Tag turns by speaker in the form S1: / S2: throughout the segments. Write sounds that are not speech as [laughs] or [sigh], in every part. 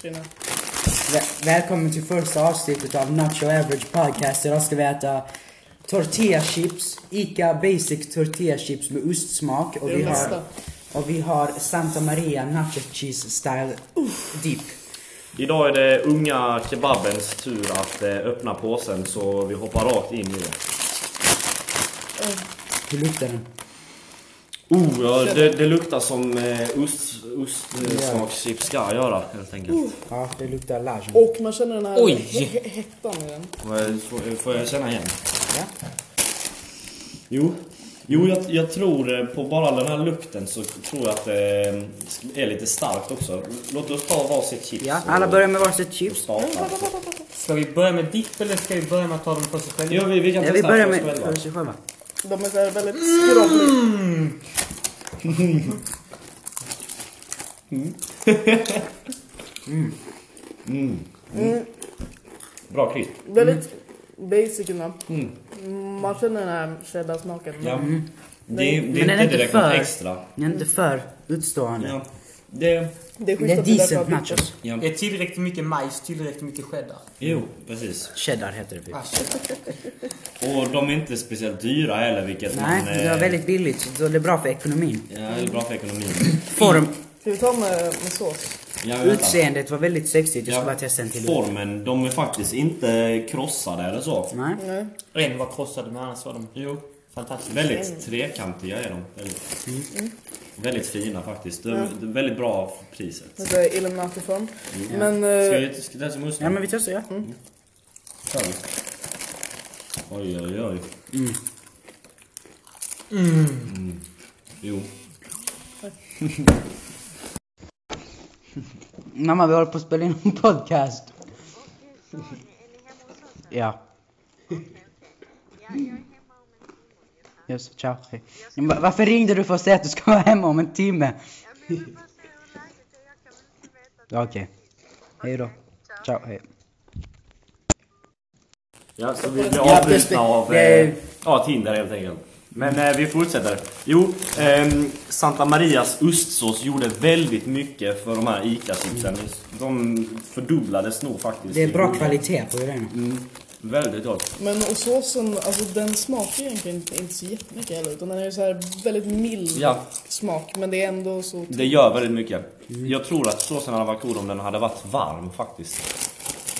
S1: Tjena.
S2: Väl- Välkommen till första avsnittet av Nacho Average Podcast. Idag ska vi äta tortilla chips, Ica Basic tortilla chips med ostsmak. Och
S1: Det är
S2: vi
S1: det
S2: har,
S1: bästa.
S2: och vi har Santa Maria Nacho Cheese Style Deep.
S3: Idag är det unga kebabens tur att eh, öppna påsen så vi hoppar rakt in i det.
S2: Hur luktar den?
S3: Oh, ja, det, det luktar som eh, ost, ostsmakschips ska göra helt enkelt.
S2: Ja, det luktar lasagne.
S1: Och man känner den här
S2: Oj.
S1: he- he- hettan i den.
S3: Får jag- Får, får jag känna igen?
S2: Ja.
S3: Jo, jo jag, jag tror eh, på bara den här lukten så tror jag att det eh, är lite starkt också. Låt oss ta varsitt chips.
S2: ja,
S3: och-
S2: alla börjar med varsitt
S3: och
S2: chips.
S3: starta.
S4: Ska vi börja med dipp eller ska vi börja med att ta dem för sig själva?
S3: Ja, vi, vi kan
S2: Ja, vi
S3: testa
S2: börjar
S3: för oss
S2: med
S3: själva.
S2: för sig själva.
S1: De är så här väldigt skrovliga.
S4: Mm!
S3: Bra krisp.
S1: Väldigt basic ändå. Man känner den här cheddarsmaken.
S3: Mm. Ja. Det,
S1: Nej.
S3: är-
S1: Men
S3: det
S2: Mm. den
S3: är
S2: är
S3: inte
S2: inte
S3: direkt
S2: för-
S3: något extra.
S2: Den är inte för utstående.
S3: Ja. Det,
S1: Det
S2: Det
S1: är schysst
S2: är
S1: att vi därför
S2: decent
S1: har bytt
S2: nachos.
S3: ja.
S4: Är tillräckligt mycket majs, tillräckligt mycket cheddar?
S3: Jo, precis.
S2: Cheddar heter det. typ.
S4: Ah, cheddar.
S3: Och de är inte speciellt dyra heller vilket
S2: Nej,
S3: man... eh,
S2: det var väldigt billigt. Så det är bra för ekonomin.
S3: Ja, det är bra för ekonomin.
S2: Form,
S1: det. Ska vi ta med, med sås?
S3: Ja, vänta.
S2: utseendet var väldigt sexigt. Jag ska
S3: Ja,
S2: bara testa en till.
S3: Formen, de är faktiskt inte krossade eller så.
S2: Nej.
S1: Nej.
S4: En var krossad men annars var de
S3: Jo.
S4: fantastiska.
S3: Väldigt trekantiga är de. Väldigt,
S2: Mm.
S3: väldigt fina faktiskt. De, de är väldigt bra för priset.
S1: Lite Illuminati-form. Men...
S3: Ska
S1: eh,
S3: vi ska den som osten?
S2: Ja men vi testar
S3: Mm.
S2: ja.
S3: Kör vi. Oj, oj, oj. Mm. Jo.
S2: Mamma vi håller på att spela in en podcast. Ja. Just, ciao. Hej. Men va- Varför ringde du för att säga att du ska vara hemma om en timme? Ja, Okej. Hej då. Ciao, hej.
S3: Ja, så vi blir
S2: Ja,
S3: avbrutna av
S2: perspek-
S3: eh, ja, Tinder helt enkelt. Men eh, vi fortsätter. Jo, ehm, Santa Marias ostsås gjorde väldigt mycket för de här ICA-chipsen. De fördubblades nog faktiskt.
S2: Det är
S3: i
S2: bra
S3: volym.
S2: kvalitet på grejerna.
S3: Mm, väldigt gott.
S1: Men och såsen, alltså den smakar ju egentligen inte, inte så jättemycket heller utan den är ju så här väldigt mild
S3: Ja.
S1: smak men det är ändå så... typ-
S3: Det gör väldigt mycket. Jag tror att såsen hade varit god om den hade varit varm faktiskt.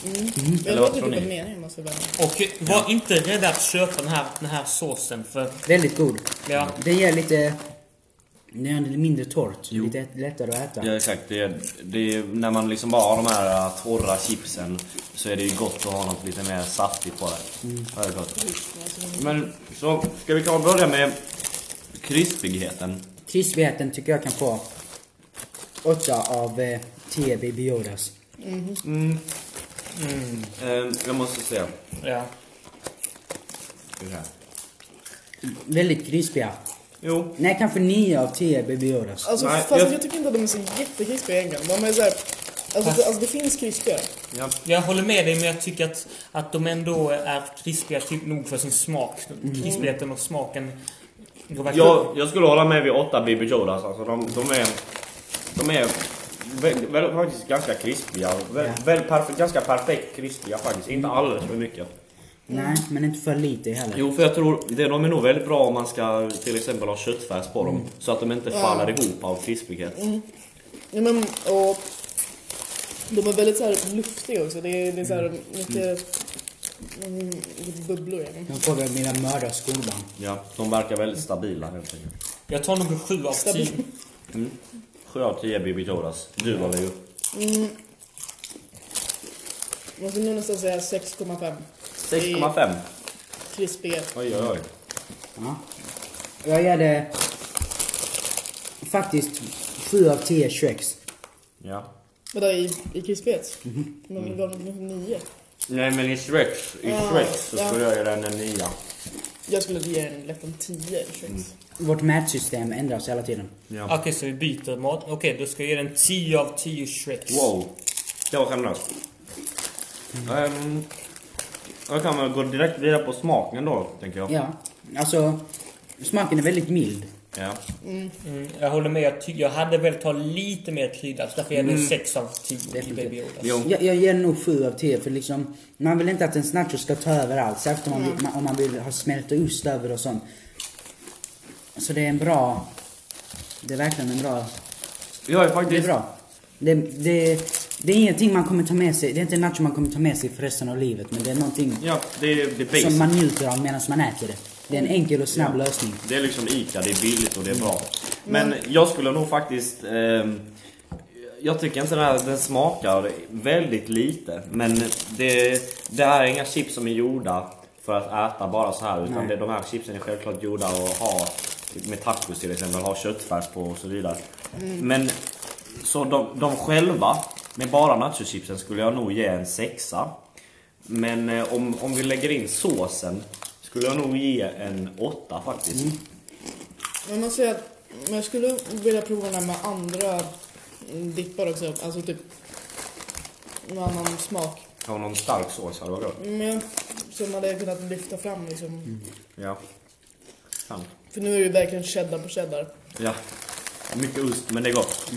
S1: Jag
S3: Mm. eller vad
S1: vet inte
S3: tror ni?
S1: vilken mening man ska välja.
S4: Och eh, var inte rädda att köpa den här, den här såsen för...
S2: Väldigt god.
S4: Ja.
S2: Det ger lite... Det är mindre torrt. Lite lättare att äta.
S3: Ja exakt. Det är, det är, när man liksom bara har de här eh, torra chipsen så är det ju gott att ha något lite mer saftigt på det. Väldigt gott. Men så ska vi kanske börja med krispigheten.
S2: Krispigheten tycker jag kan få 8 av eh, 10 Baby Yodas.
S3: Eh, jag måste se.
S4: Ja.
S3: Ska vi se.
S2: Väldigt krispiga.
S3: Jo.
S2: Nej, kanske 9 av 10 Baby Yodas.
S1: Alltså
S3: Nej,
S1: fast jag...
S3: jag-
S1: tycker inte att de är så jättekrispiga egentligen. De är så här, alltså, det, alltså det finns krispigare.
S3: Ja.
S4: Jag håller med dig men jag tycker att, att de ändå är krispiga typ nog för sin smak.
S3: Mm.
S4: Krispigheten och smaken går verkligen...
S3: Jag, jag skulle hålla med vid 8 Bibi Jodas. Alltså de, de är... De är väl, väl, faktiskt ganska krispiga. Väl,
S2: Ja.
S3: väl perfe, ganska perfekt krispiga faktiskt. Inte alldeles för mycket.
S2: Nej, men inte för lite heller.
S3: Jo, för jag tror det, de är nog väldigt bra om man ska till exempel ha köttfärs på dem. Så att de inte faller ihop av krispighet.
S1: Ja, men, och de är väldigt så här luftiga också. Det är, det är så här mycket mm, lite bubblor i dem.
S2: De får väl mina mördarskolan.
S3: Ja, de verkar väldigt stabila helt enkelt.
S4: Jag tar nog en sju av
S1: Mm.
S4: tio.
S3: 7 av 10 Bibi Jodas. Du var det ju.
S1: Man skulle nog nästan säga 6,5
S3: 6,5.
S1: krispiga.
S3: Oj, oj, oj.
S2: Ja. Jag ger det faktiskt 7 av 10 Shreks.
S3: Ja.
S1: Vadå i, i krispighet? Men vi gav den 9.
S3: Nej, men i Shreks, i
S1: Ja,
S3: Shreks så
S1: ja.
S3: skulle jag ge den en 9.
S1: Jag skulle ge den lätt en 10 i Shreks.
S2: Vårt mätsystem ändras hela tiden.
S3: Ja.
S4: Okej, så vi byter mat. Okej, då ska jag ge den 10 av 10 Shreks.
S3: Wow, det var generöst. Ehm, jag kan väl gå direkt vidare på smaken då, tänker jag.
S2: Ja, alltså smaken är väldigt mild.
S3: Ja.
S4: Mm, jag håller med. Jag, ty- jag hade velat ha lite mer krydda. Så därför är det
S3: Mm.
S4: 6 av 10 i
S2: Definitivt.
S4: Baby Yoda.
S3: Jo.
S2: Jag, jag ger nog 7 av 10 för liksom man vill inte att en nacho ska ta över allt. Särskilt om man, vill, om man vill ha smält ost över och sånt. Så det är en bra... Det är verkligen en bra...
S3: Jag är
S2: Det är
S3: faktiskt...
S2: bra. Det, det, det är ingenting man kommer ta med sig. Det är inte en nacho man kommer ta med sig för resten av livet. Men det är någonting
S3: Ja, det är, det är basic.
S2: som man njuter av medan man äter det. Det är en enkel och snabb lösning.
S3: Det är liksom ICA, det är billigt och det är bra. Men jag skulle nog faktiskt... ehm, jag tycker inte den här, den smakar väldigt lite. Men det, det här är inga chips som är gjorda för att äta bara så här. Utan
S2: Nej.
S3: det, de här chipsen är självklart gjorda och ha typ med tacos till exempel, ha köttfärs på och så vidare. Men så de, de själva, med bara nachochipsen, skulle jag nog ge en sexa. Men eh, om, om vi lägger in såsen skulle jag nog ge en åtta faktiskt.
S1: Men man säger att men jag skulle vilja prova den här med andra mm, dippar också. Alltså typ någon annan smak.
S3: Har någon stark sås hade varit gott.
S1: Men som hade jag kunnat lyfta fram liksom.
S3: Ja. Fan.
S1: För nu är det ju verkligen cheddar på cheddar.
S3: Ja. Mycket ost, men det är gott.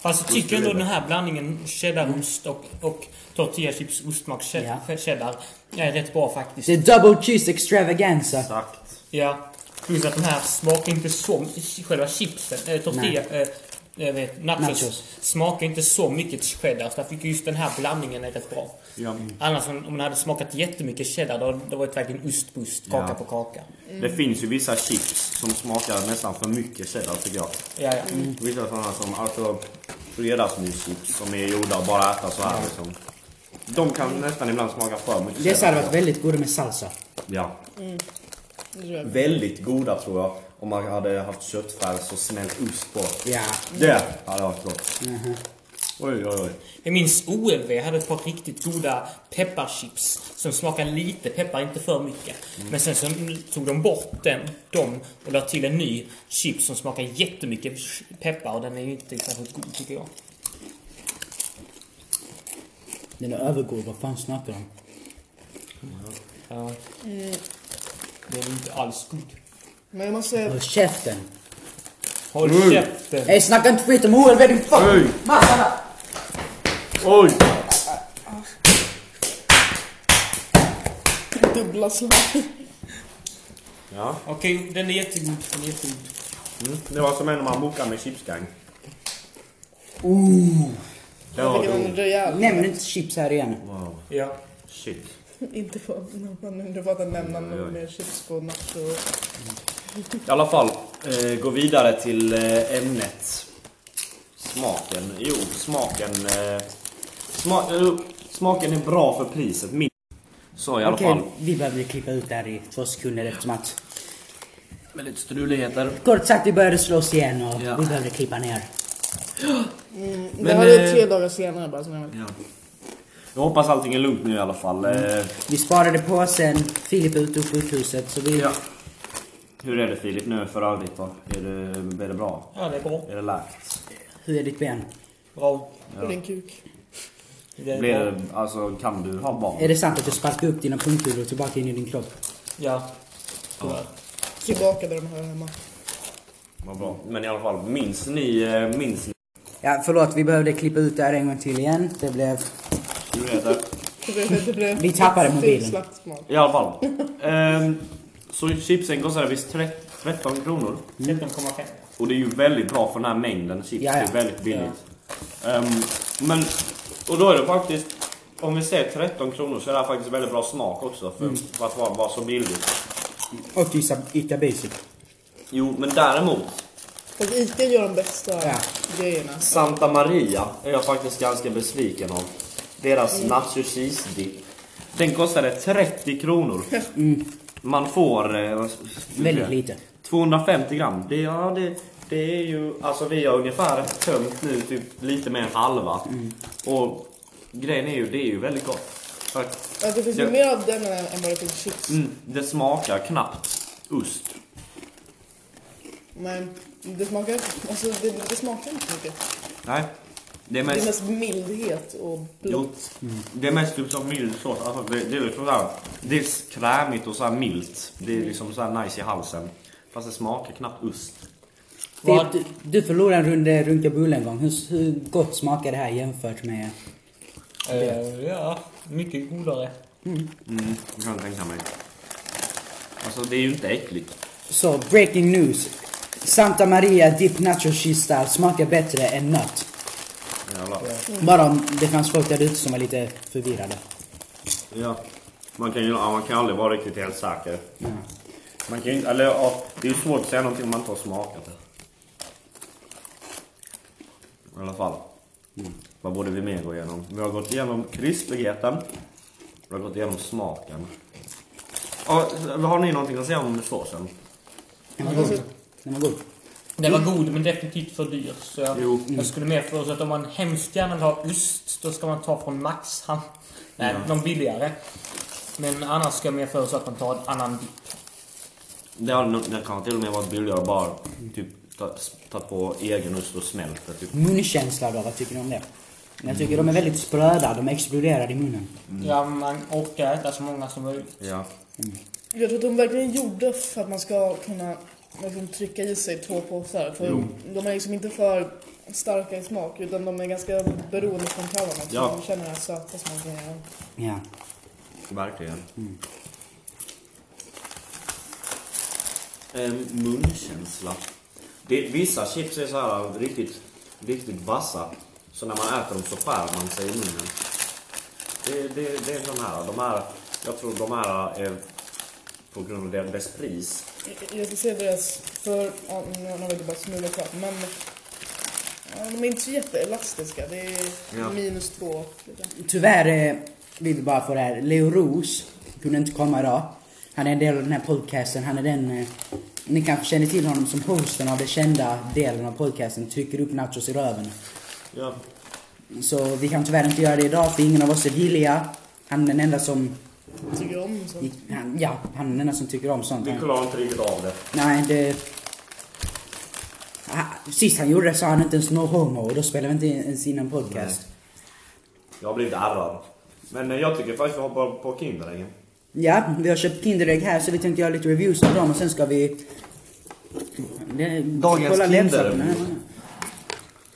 S4: Fast jag tycker ändå den här blandningen
S3: Mm.
S4: cheddarost och, och tortillachips ostsmak che- cheddar är rätt bra faktiskt.
S2: Det är double cheese extravaganza.
S3: Exakt.
S4: Ja. Plus att den här smakar inte som själva chipsen, äh, tortilla, äh, jag vet, nachos,
S2: Nachos.
S4: smakar inte så mycket cheddar. Så därför tycker jag just den här blandningen är rätt bra.
S3: Ja.
S4: Annars om om den hade smakat jättemycket cheddar, då hade det varit verkligen ost på ost, kaka
S3: Ja.
S4: på kaka.
S3: Det finns ju vissa chips som smakar nästan för mycket cheddar tycker jag.
S4: Ja, ja.
S3: Vissa sådana som alltså fredagsmyschips som är gjorda och bara äta så här liksom. De kan nästan ibland smaka för mycket
S2: Det hade
S3: cheddar.
S2: varit väldigt goda med salsa.
S3: Ja.
S1: Det tror jag.
S3: Väldigt goda tror jag. Om man hade haft köttfärs och smält ost på.
S2: Ja.
S3: Det hade varit gott. Oj, oj, oj.
S4: Jag minns OLV hade ett par riktigt goda pepparchips som smakade lite peppar, inte för mycket. Men sen så tog de bort den, dem och la till en ny chips som smakar jättemycket peppar och den är ju inte särskilt god tycker jag.
S2: Den är övergod. Vad fan snackar de?
S4: Ja. Eh. Den är inte alls god.
S1: Men jag måste säga
S2: Håll käften.
S4: Håll
S3: Mm.
S4: käften!
S2: Ey snacka inte skit om OLV din
S3: Ey.
S2: fucking massa.
S3: Oj!
S1: dubbla slag.
S3: Ja.
S4: Okej, den är jättegod. Den är jättegod.
S3: Mm. Det var som en man bokade med Chipsgang.
S2: Ooh.
S3: Det
S1: Jag
S3: var
S1: fick en
S3: god.
S1: rejäl.
S2: Nämn inte chips här igen.
S3: Wow.
S4: Ja.
S3: Shit.
S1: Inte på man undrar vad den nämner
S3: Oj, oj,
S1: något
S3: oj.
S1: mer chips på nacho. och-
S3: I alla fall, eh, gå vidare till eh, ämnet. Smaken. Jo, smaken... Eh, sma eh, smaken är bra för priset. Min. Så i alla
S2: Okej,
S3: fall.
S2: vi behöver klippa ut det här i två sekunder eftersom att
S3: Med lite struligheter.
S2: kort sagt vi började slåss igen och
S3: Ja.
S2: vi behövde klippa ner.
S1: Det
S3: Men,
S1: här är
S3: eh,
S1: tre dagar senare bara som jag vet.
S3: Ja. Jag hoppas allting är lugnt nu i alla fall. Eh,
S2: Vi sparade påsen, Filip är ute på sjukhuset så vi...
S3: ja. Hur är det Filip nu för övrigt då? Är det, är det bra?
S4: ja, det är bra.
S3: Är det läkt?
S2: Hur är ditt ben?
S4: Bra.
S1: Och din kuk.
S4: Det är
S3: Blir
S4: bra.
S3: det, alltså, kan du ha barn?
S2: Är det sant att du sparkade upp dina punkter och tillbaka in i din kropp?
S4: Ja. Tyvärr.
S1: Tillbaka där de hör hemma. [laughs]
S3: Vad bra. Men i alla fall, minns ni, eh, minns ni
S2: Ja, förlåt vi behövde klippa ut det här en gång till igen. Det blev...
S3: hur det heter?
S1: Det blev- det blev-
S2: Vi tappade
S1: det blev
S2: mobilen.
S1: Slagsmål.
S3: I alla fall. Ehm, så chipsen kostar visst 30 13 kronor.
S4: 13,5.
S3: Och det är ju väldigt bra för den här mängden chips.
S2: Ja, ja.
S3: Det är väldigt billigt. Ehm, men, och då är det faktiskt, om vi säger 13 kronor så är det här faktiskt väldigt bra smak också för,
S2: Mm.
S3: för att vara, vara så billigt.
S2: Och Ica- Ica Basic.
S3: Jo, men däremot.
S1: Fast ICA gör de bästa
S2: Ja.
S1: grejerna.
S3: Santa Maria är jag faktiskt ganska besviken av. Deras
S2: Mm.
S3: nacho cheese dip. Den kostade 30 kronor. Man får... Eh, vad s-
S2: Mm. Väldigt lite.
S3: 250 gram. Det, ja, det, det är ju... Alltså vi har ungefär tömt nu typ lite mer än halva. Och grejen är ju, det är ju väldigt gott. Tack.
S1: Ja, det finns ju
S3: Ja.
S1: mer av den än än vad det finns chips.
S3: Mm, det smakar knappt ost.
S1: Men det smakar, alltså, det, det smakar inte mycket.
S3: Nej. Det är
S1: Det är
S3: mest,
S1: mest mildhet och
S3: jo,
S1: blod.
S3: det är mest typ som mild sås. Alltså det, det är liksom så här, det är krämigt och så här milt. Det är liksom så här nice i halsen. Fast det smakar knappt ost.
S4: Vad-
S2: Du, du förlorade en runda runkabulle en gång. Hur, hur gott smakar det här jämfört med...
S4: Eh, ja, mycket godare.
S3: Mm, jag kan tänka mig. Alltså det är ju inte äckligt.
S2: Så, breaking news. Santa Maria Dip Nacho Cheese Style smakar bättre än nöt.
S3: Jävlar.
S2: Bara om det fanns folk där ute som var lite förvirrade.
S3: Ja. Man kan ju ja, man kan aldrig vara riktigt helt säker. Man kan ju eller ja, det är ju svårt att säga någonting om man inte har smakat det. I alla fall. Vad borde vi mer gå igenom? Vi har gått igenom krispigheten. Vi har gått igenom smaken. Ja, har ni någonting att säga om såsen?
S2: Den var god. Den var god.
S4: Den var god men definitivt för dyr. Så jag,
S3: Jo.
S4: jag skulle mer föreslå att om man hemskt gärna vill ha ost, då ska man ta från Max. [laughs] Han, nej, någon billigare. Men annars ska jag mer föreslå att man tar en annan dipp.
S3: Det har nog- det kan till och med varit billigare bara typ ta, ta på egen ost och smält det typ.
S2: Munkänsla då, vad tycker du om det? Jag tycker de är väldigt spröda, de exploderar i munnen.
S3: Mm.
S4: Ja, man orkar äta så många som möjligt.
S3: Ja.
S1: Jag tror att de verkligen gjorde för att man ska kunna liksom, trycka i sig två påsar. För de är liksom inte för starka i smak utan de är ganska beroende från tarmarna. Så
S3: Ja.
S1: de känner den här söta smaken. igen.
S2: Ja.
S3: Verkligen. Ehm, munkänsla. Det, vissa chips är så här riktigt, riktigt vassa. Så när man äter dem så skär man sig i munnen. Det, det, det är de här. De här, jag tror de här är på grund av deras- dess pris.
S1: Jag ska se deras för... Ja, nu har jag bara smula kvar. Men ja, de är inte så jätteelastiska. Det är
S3: Ja.
S1: minus två.
S2: Tyvärr eh, vill vi bara få det här. Leo Roos kunde inte komma idag. Han är en del av den här podcasten. Han är den, eh, ni kanske känner till honom som hosten av den kända delen av podcasten, Trycker upp nachos i röven.
S3: Ja.
S2: Så vi kan tyvärr inte göra det idag för ingen av oss är villiga. Han är den enda som,
S1: Tycker jag om sånt.
S2: han, ja, han är den enda som tycker om sånt.
S3: Vi
S2: Han-
S3: klarar inte riktigt av det.
S2: Nej, det... Ah, Sist han gjorde det sa han inte ens no homo och då spelade vi inte ens in en podcast.
S3: Jag har blivit ärrad. Men eh, jag tycker faktiskt vi hoppar på Kinderäggen.
S2: Ja, vi har köpt Kinderägg här så vi tänkte göra lite reviews av dem och sen ska vi... Det-
S3: Dagens
S2: kolla
S3: Kinder.
S2: läppsaften. Nej, nej,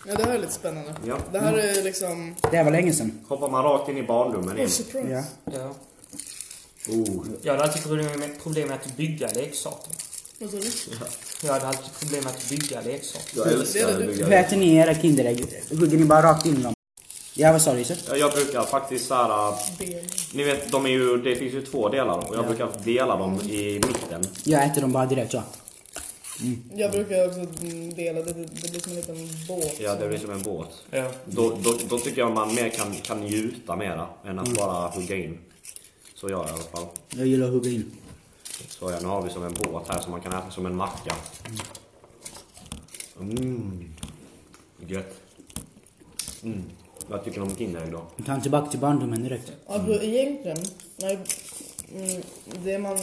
S1: Ja, det här är lite spännande.
S3: Ja. Mm.
S1: Det här är liksom...
S2: nej. Det här var länge sedan.
S3: Hoppar man rakt in i barndomen
S1: Oh,
S3: igen.
S1: surprise.
S2: Ja.
S4: Ja.
S3: Oh.
S4: Jag hade alltid problem med, problem med att bygga leksaker.
S1: Vad sa du?
S4: Jag hade alltid problem med att bygga leksaker.
S3: Jag älskar
S1: Det är det
S3: att
S1: du-
S3: bygga
S2: Hur äter ni era Kinderägg? Hugger ni bara rakt in i dem? Ja, vad sa du Josef?
S3: Ja, Jag brukar faktiskt eh, såhär...
S1: Ben.
S3: Ni vet, de är ju, det finns ju två delar och jag brukar dela dem i mitten.
S2: Jag äter dem bara direkt så.
S1: Jag brukar också dela, det, det blir som en liten båt.
S3: Ja, det blir som en båt.
S4: Ja.
S3: Då, då, då tycker jag man mer kan, kan njuta mera än att bara hugga in. Så gör jag i alla fall.
S2: Jag gillar att hugga in.
S3: Så ja, nu har vi som en båt här som man kan äta som en macka. Mm. Gött. Mm. Vad tycker du om Kinderägg då?
S2: Vi tar tillbaka till barndomen direkt.
S1: Alltså egentligen, när, mm, det man,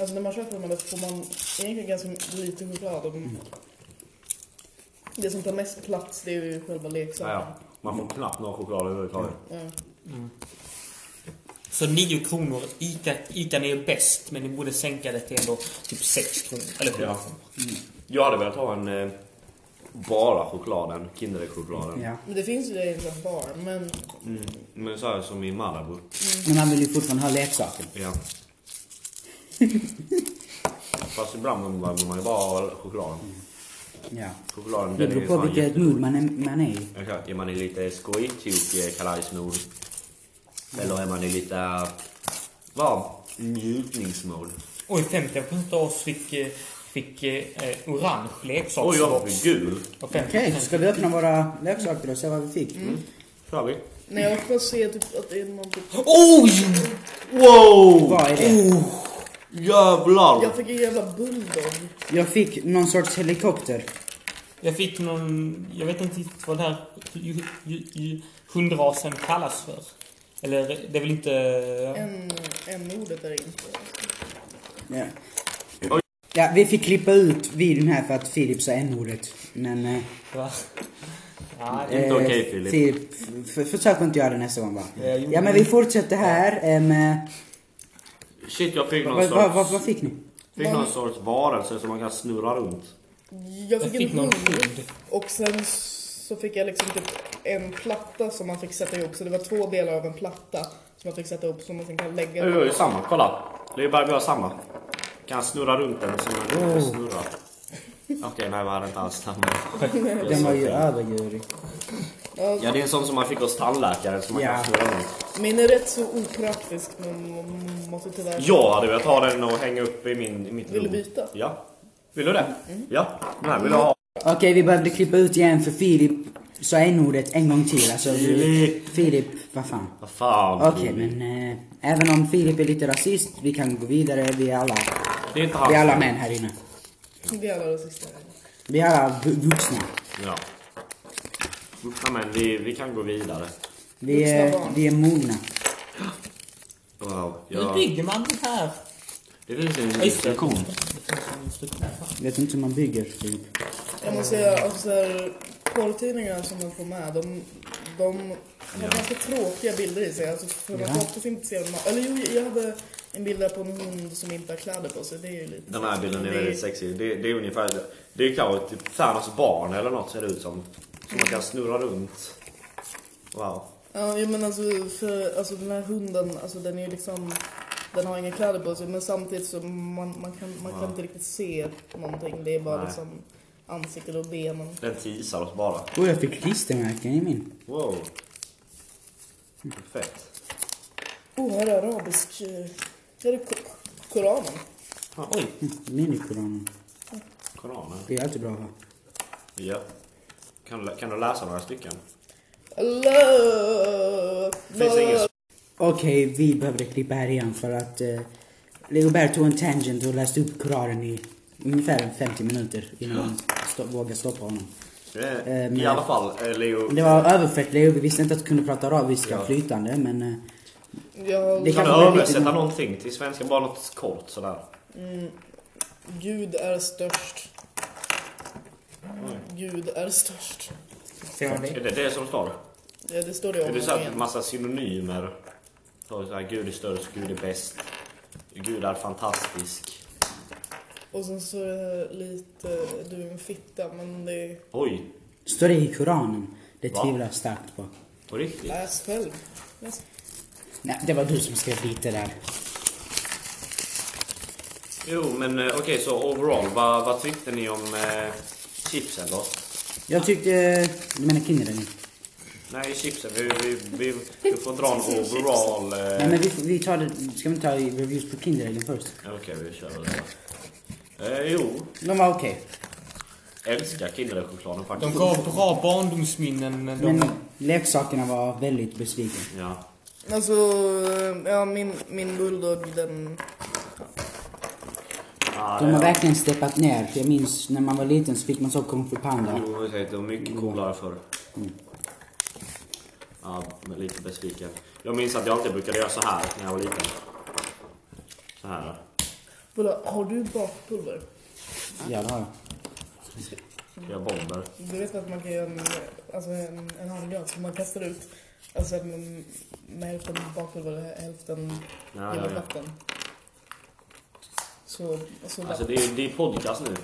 S1: alltså när man köper de här får man egentligen ganska lite choklad. Och, Det som tar mest plats det är ju själva
S3: Ja,
S1: leksaken.
S3: ja. Man får knappt någon choklad överhuvudtaget.
S1: Ja.
S4: Så 9 kronor. Ica, Ican är ju bäst, men ni borde sänka det till ändå typ 6 kronor. Eller 7
S3: Ja.
S4: kronor.
S3: Jag hade velat ha en... Eh, bara chokladen. Kinderäggschokladen.
S2: Ja.
S1: Men det finns ju det i en sån här bar, men
S3: Mm, men så här som i Malabo.
S2: Men man vill ju fortfarande ha leksaken.
S3: Ja. [laughs] Fast ibland vill man ju bara ha choklad.
S2: Ja.
S3: Chokladen
S2: Det
S3: den är
S2: beror
S3: ju
S2: på
S3: fan
S2: vilket
S3: jättegod.
S2: mood man är, man är i.
S3: Exakt, är man i lite skojtokig kalajsmod. Eller är man i lite... eh, Vad? Njutningsmod.
S4: Och i 50 procent av oss fick, eh, fick eh, orange
S3: Oj, jag
S4: leksaksbox.
S3: fick gul.
S4: Och 50
S2: Okej, ska vi öppna våra leksaker och se vad vi fick?
S3: Kör vi?
S1: när jag får se typ att det är någon typ,
S4: Oj!
S3: Wow!
S2: Vad är det?
S1: Jag
S3: Jävlar!
S1: fick en jävla bulldog.
S2: Jag fick någon sorts helikopter.
S4: Jag fick någon... Jag vet inte riktigt vad den här ju- ju- ju- hundrasen kallas för. Eller det är väl inte...
S1: En, en ordet är inte.
S2: Ja. ja, vi fick klippa ut videon här för att Filip sa n-ordet. Men... Eh,
S4: Va? Ja, det-
S3: Inte
S2: eh,
S3: okej, Filip.
S2: f- försök inte göra det nästa gång va?
S4: Ja, jo.
S2: Ja men vi fortsätter här eh, med...
S3: Shit, jag fick någon
S2: Vad, vad, vad,
S3: sorts...
S2: vad fick ni?
S3: Fick någon sorts varelse som man kan snurra runt.
S1: Jag
S4: Jag
S1: fick,
S4: fick
S1: en
S4: någon
S1: hund.
S4: hund.
S1: Och sen så fick jag liksom typ en platta som man fick sätta ihop. Så det var två delar av en platta som man fick sätta ihop som man sen kan lägga.
S3: Jag gör ju samma, kolla. Det är bara vi har samma. Kan snurra runt den så man inte
S2: Oh.
S3: snurrar. Okej, nej vi hade inte alls samma.
S2: Den var ju övergurig.
S3: Ja, det är en sån som man fick hos tandläkaren som man
S2: Ja.
S3: kan snurra runt.
S1: Min är rätt så opraktisk men man måste tyvärr...
S3: Jag hade velat ha den och hänga upp i, min, i mitt
S1: Vill du
S3: rum.
S1: byta? Mm.
S3: Ja. Vill du det? Ja. Den här vill jag ha.
S2: Okej, vi behövde klippa ut igen för Filip sa n-ordet en gång till. Alltså, vi-
S3: Filip.
S2: Filip, vad fan.
S3: Vad fan.
S2: Okej, men eh, även om Filip är lite rasist, vi kan gå vidare. Vi är alla,
S3: Det är inte hans
S2: vi är alla
S3: fel.
S2: män här inne.
S1: Det är alla det sista.
S2: Vi är alla vu- vuxna.
S3: Ja. ja men vi, vi kan gå vidare.
S2: Vi
S1: Vuxna
S2: är,
S1: barn.
S2: vi är mogna.
S3: Wow.
S4: Hur
S3: Ja.
S4: bygger man det här?
S3: Det finns en
S4: Just det.
S3: instruktion.
S2: Vet inte hur man bygger, Filip.
S1: Jag måste säga, alltså så här, porrtidningar som man får med, de, de har ganska tråkiga bilder i sig. Alltså, för man
S2: Ja.
S1: får oftast inte se dem. Eller jo, jag hade en bild där på en hund som inte har kläder på sig. Det är ju lite...
S3: Den
S2: Alltså,
S3: här bilden är
S1: Det
S3: väldigt sexig. Det, det är ungefär det. Det är ju kanske typ Thanos barn eller något ser det ut som. Som man kan snurra runt. Wow.
S1: Ja, jo, men alltså, för, alltså den här hunden, alltså den är ju liksom... Den har inga kläder på sig, men samtidigt så man, man kan man kan inte riktigt se någonting. Det är bara
S3: Nej.
S1: liksom ansiktet och benen.
S3: Den teasar oss bara.
S2: Åh, jag fick klistermärken i min.
S3: Wow. Fett.
S1: Oh, här är arabisk... eh, Här är Ko- Koranen.
S4: Oj,
S2: Minikoranen.
S3: Koranen.
S2: Det är alltid bra att ha.
S3: Ja. Kan, du- kan du läsa några stycken?
S1: Love,
S3: Finns det ingen
S1: love.
S2: Okej, vi behövde klippa här igen för att eh, Leoberto tog en tangent och läste upp Koranen i ungefär 50 minuter innan man sto- vågade stoppa honom.
S3: Eh,
S2: Eh,
S3: I
S2: men-
S3: alla fall, eh, Leo.
S2: Det var överfett Leo, vi visste inte att du kunde prata arabiska
S3: Ja.
S2: flytande men eh,
S1: Ja,
S2: Det
S3: Kan du
S2: kanske var lite
S3: översätta
S2: någon-
S3: någonting till svenska? Bara något kort sådär.
S1: Gud är störst. Gud är störst.
S4: ser man
S3: Är
S4: det?
S3: det det som står?
S1: Ja, det står det
S3: Är
S1: om
S3: det
S1: och
S3: så att
S1: om
S3: massa synonymer? Så så här, Gud är störst, Gud är bäst. Gud är fantastisk.
S1: Och sen så är det här lite, du är en fitta, men det är...
S3: Oj,
S2: står det i Koranen? Det
S3: Va?
S2: tvivlar jag starkt på.
S3: på riktigt?
S1: Läs själv. Läs.
S2: Nej, det var du som skrev lite där.
S3: Jo, men eh, okej så overall, vad, vad tyckte ni om eh, chipsen då?
S2: Jag tyckte... eh, Du menar Kinderen?
S3: Nej, chipsen. Vi, vi, vi, vi får dra en overall... Eh,
S2: Nej men vi, vi tar det... Ska vi ta reviews på Kinderäggen först?
S3: Okej, vi kör väl det. Eh, jo,
S2: De var okej.
S3: älskar Kinderchokladen
S4: De
S3: faktiskt.
S4: gav bra barndomsminnen men de...
S2: Men leksakerna var väldigt besviken.
S3: Ja.
S1: Alltså, ja min, min bulldog den...
S3: Ah,
S2: De har
S3: ja.
S2: verkligen steppat ner. Jag minns när man var liten så fick man så Kung Fu Panda.
S3: Jo, jag säger att det var mycket
S2: Mm.
S3: coolare förr. Ja, men lite besviken. Jag minns att jag alltid brukade göra så här när jag var liten. Så här.
S1: Vadå, har du bakpulver?
S2: Ja, det har jag.
S3: Jag bomber.
S1: Du vet att man kan göra en, alltså en, en handgran som man kastar ut. Alltså en- med hälften bakpulver och hälften
S3: Ja,
S1: genom
S3: ja, ja.
S1: vatten. Så, så
S3: Alltså det är, det är podcast nu.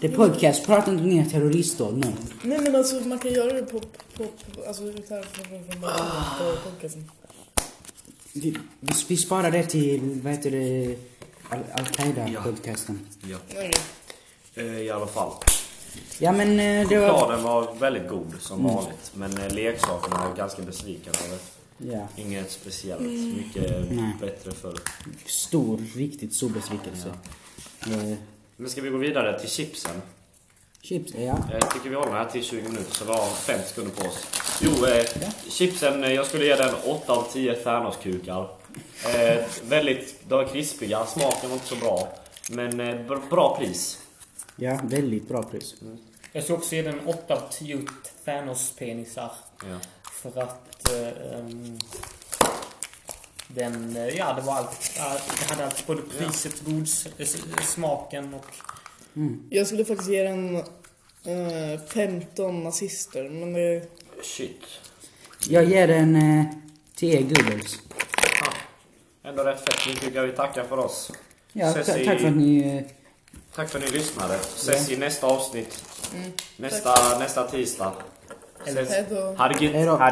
S2: Det är podcast. Prata inte ner terroristdåd nu.
S1: Nej men alltså man kan göra det på, på, på alltså utan från, från, från
S3: Ah.
S1: på podcasten.
S2: Vi, vi, vi sparar det till, vad heter det, Al- Al-Qaida-podcasten.
S3: Ja.
S1: Nej,
S3: Eh, I alla fall.
S2: Ja men eh, det var... Mm.
S3: Chokladen var väldigt god som vanligt. Men eh, leksakerna var jag ganska besviken över.
S2: Ja.
S3: Inget speciellt. Mycket
S2: Mm. Nej.
S3: bättre förr.
S2: Stor, riktigt stor besvikelse. Eh,
S3: Men ska vi gå vidare till chipsen?
S2: chips, ja.
S3: Jag Eh, tycker vi håller här till 20 minuter, så vi har 5 sekunder på oss. Jo, eh, chipsen, eh, jag skulle ge den 8 av 10 Thanos-kukar. Eh, väldigt, de var krispiga, smaken var inte så bra. Men eh, br- bra pris.
S2: Ja, väldigt bra pris.
S4: Jag ska också ge den 8 av 10 Thanos-penisar.
S3: Ja.
S4: För att... Eh, ehm, den, eh, ja det var allt. Ja, Det hade allt, både priset, god s- s- smaken och...
S1: Jag skulle faktiskt ge den eh, 15 nazister men det,
S3: Shit.
S2: Jag ger den eh, 10 gubbels.
S3: Ah, ändå rätt fett. Nu tycker jag vi tackar för oss.
S2: Ja,
S3: Ses
S2: ta-
S3: i-
S2: tack för att ni eh,
S3: Tack för att ni lyssnade. Ses
S2: Mm.
S3: i nästa avsnitt. Nästa, nästa tisdag.
S1: Hej då.
S3: Ha det
S2: Hej då.
S3: gött. Ha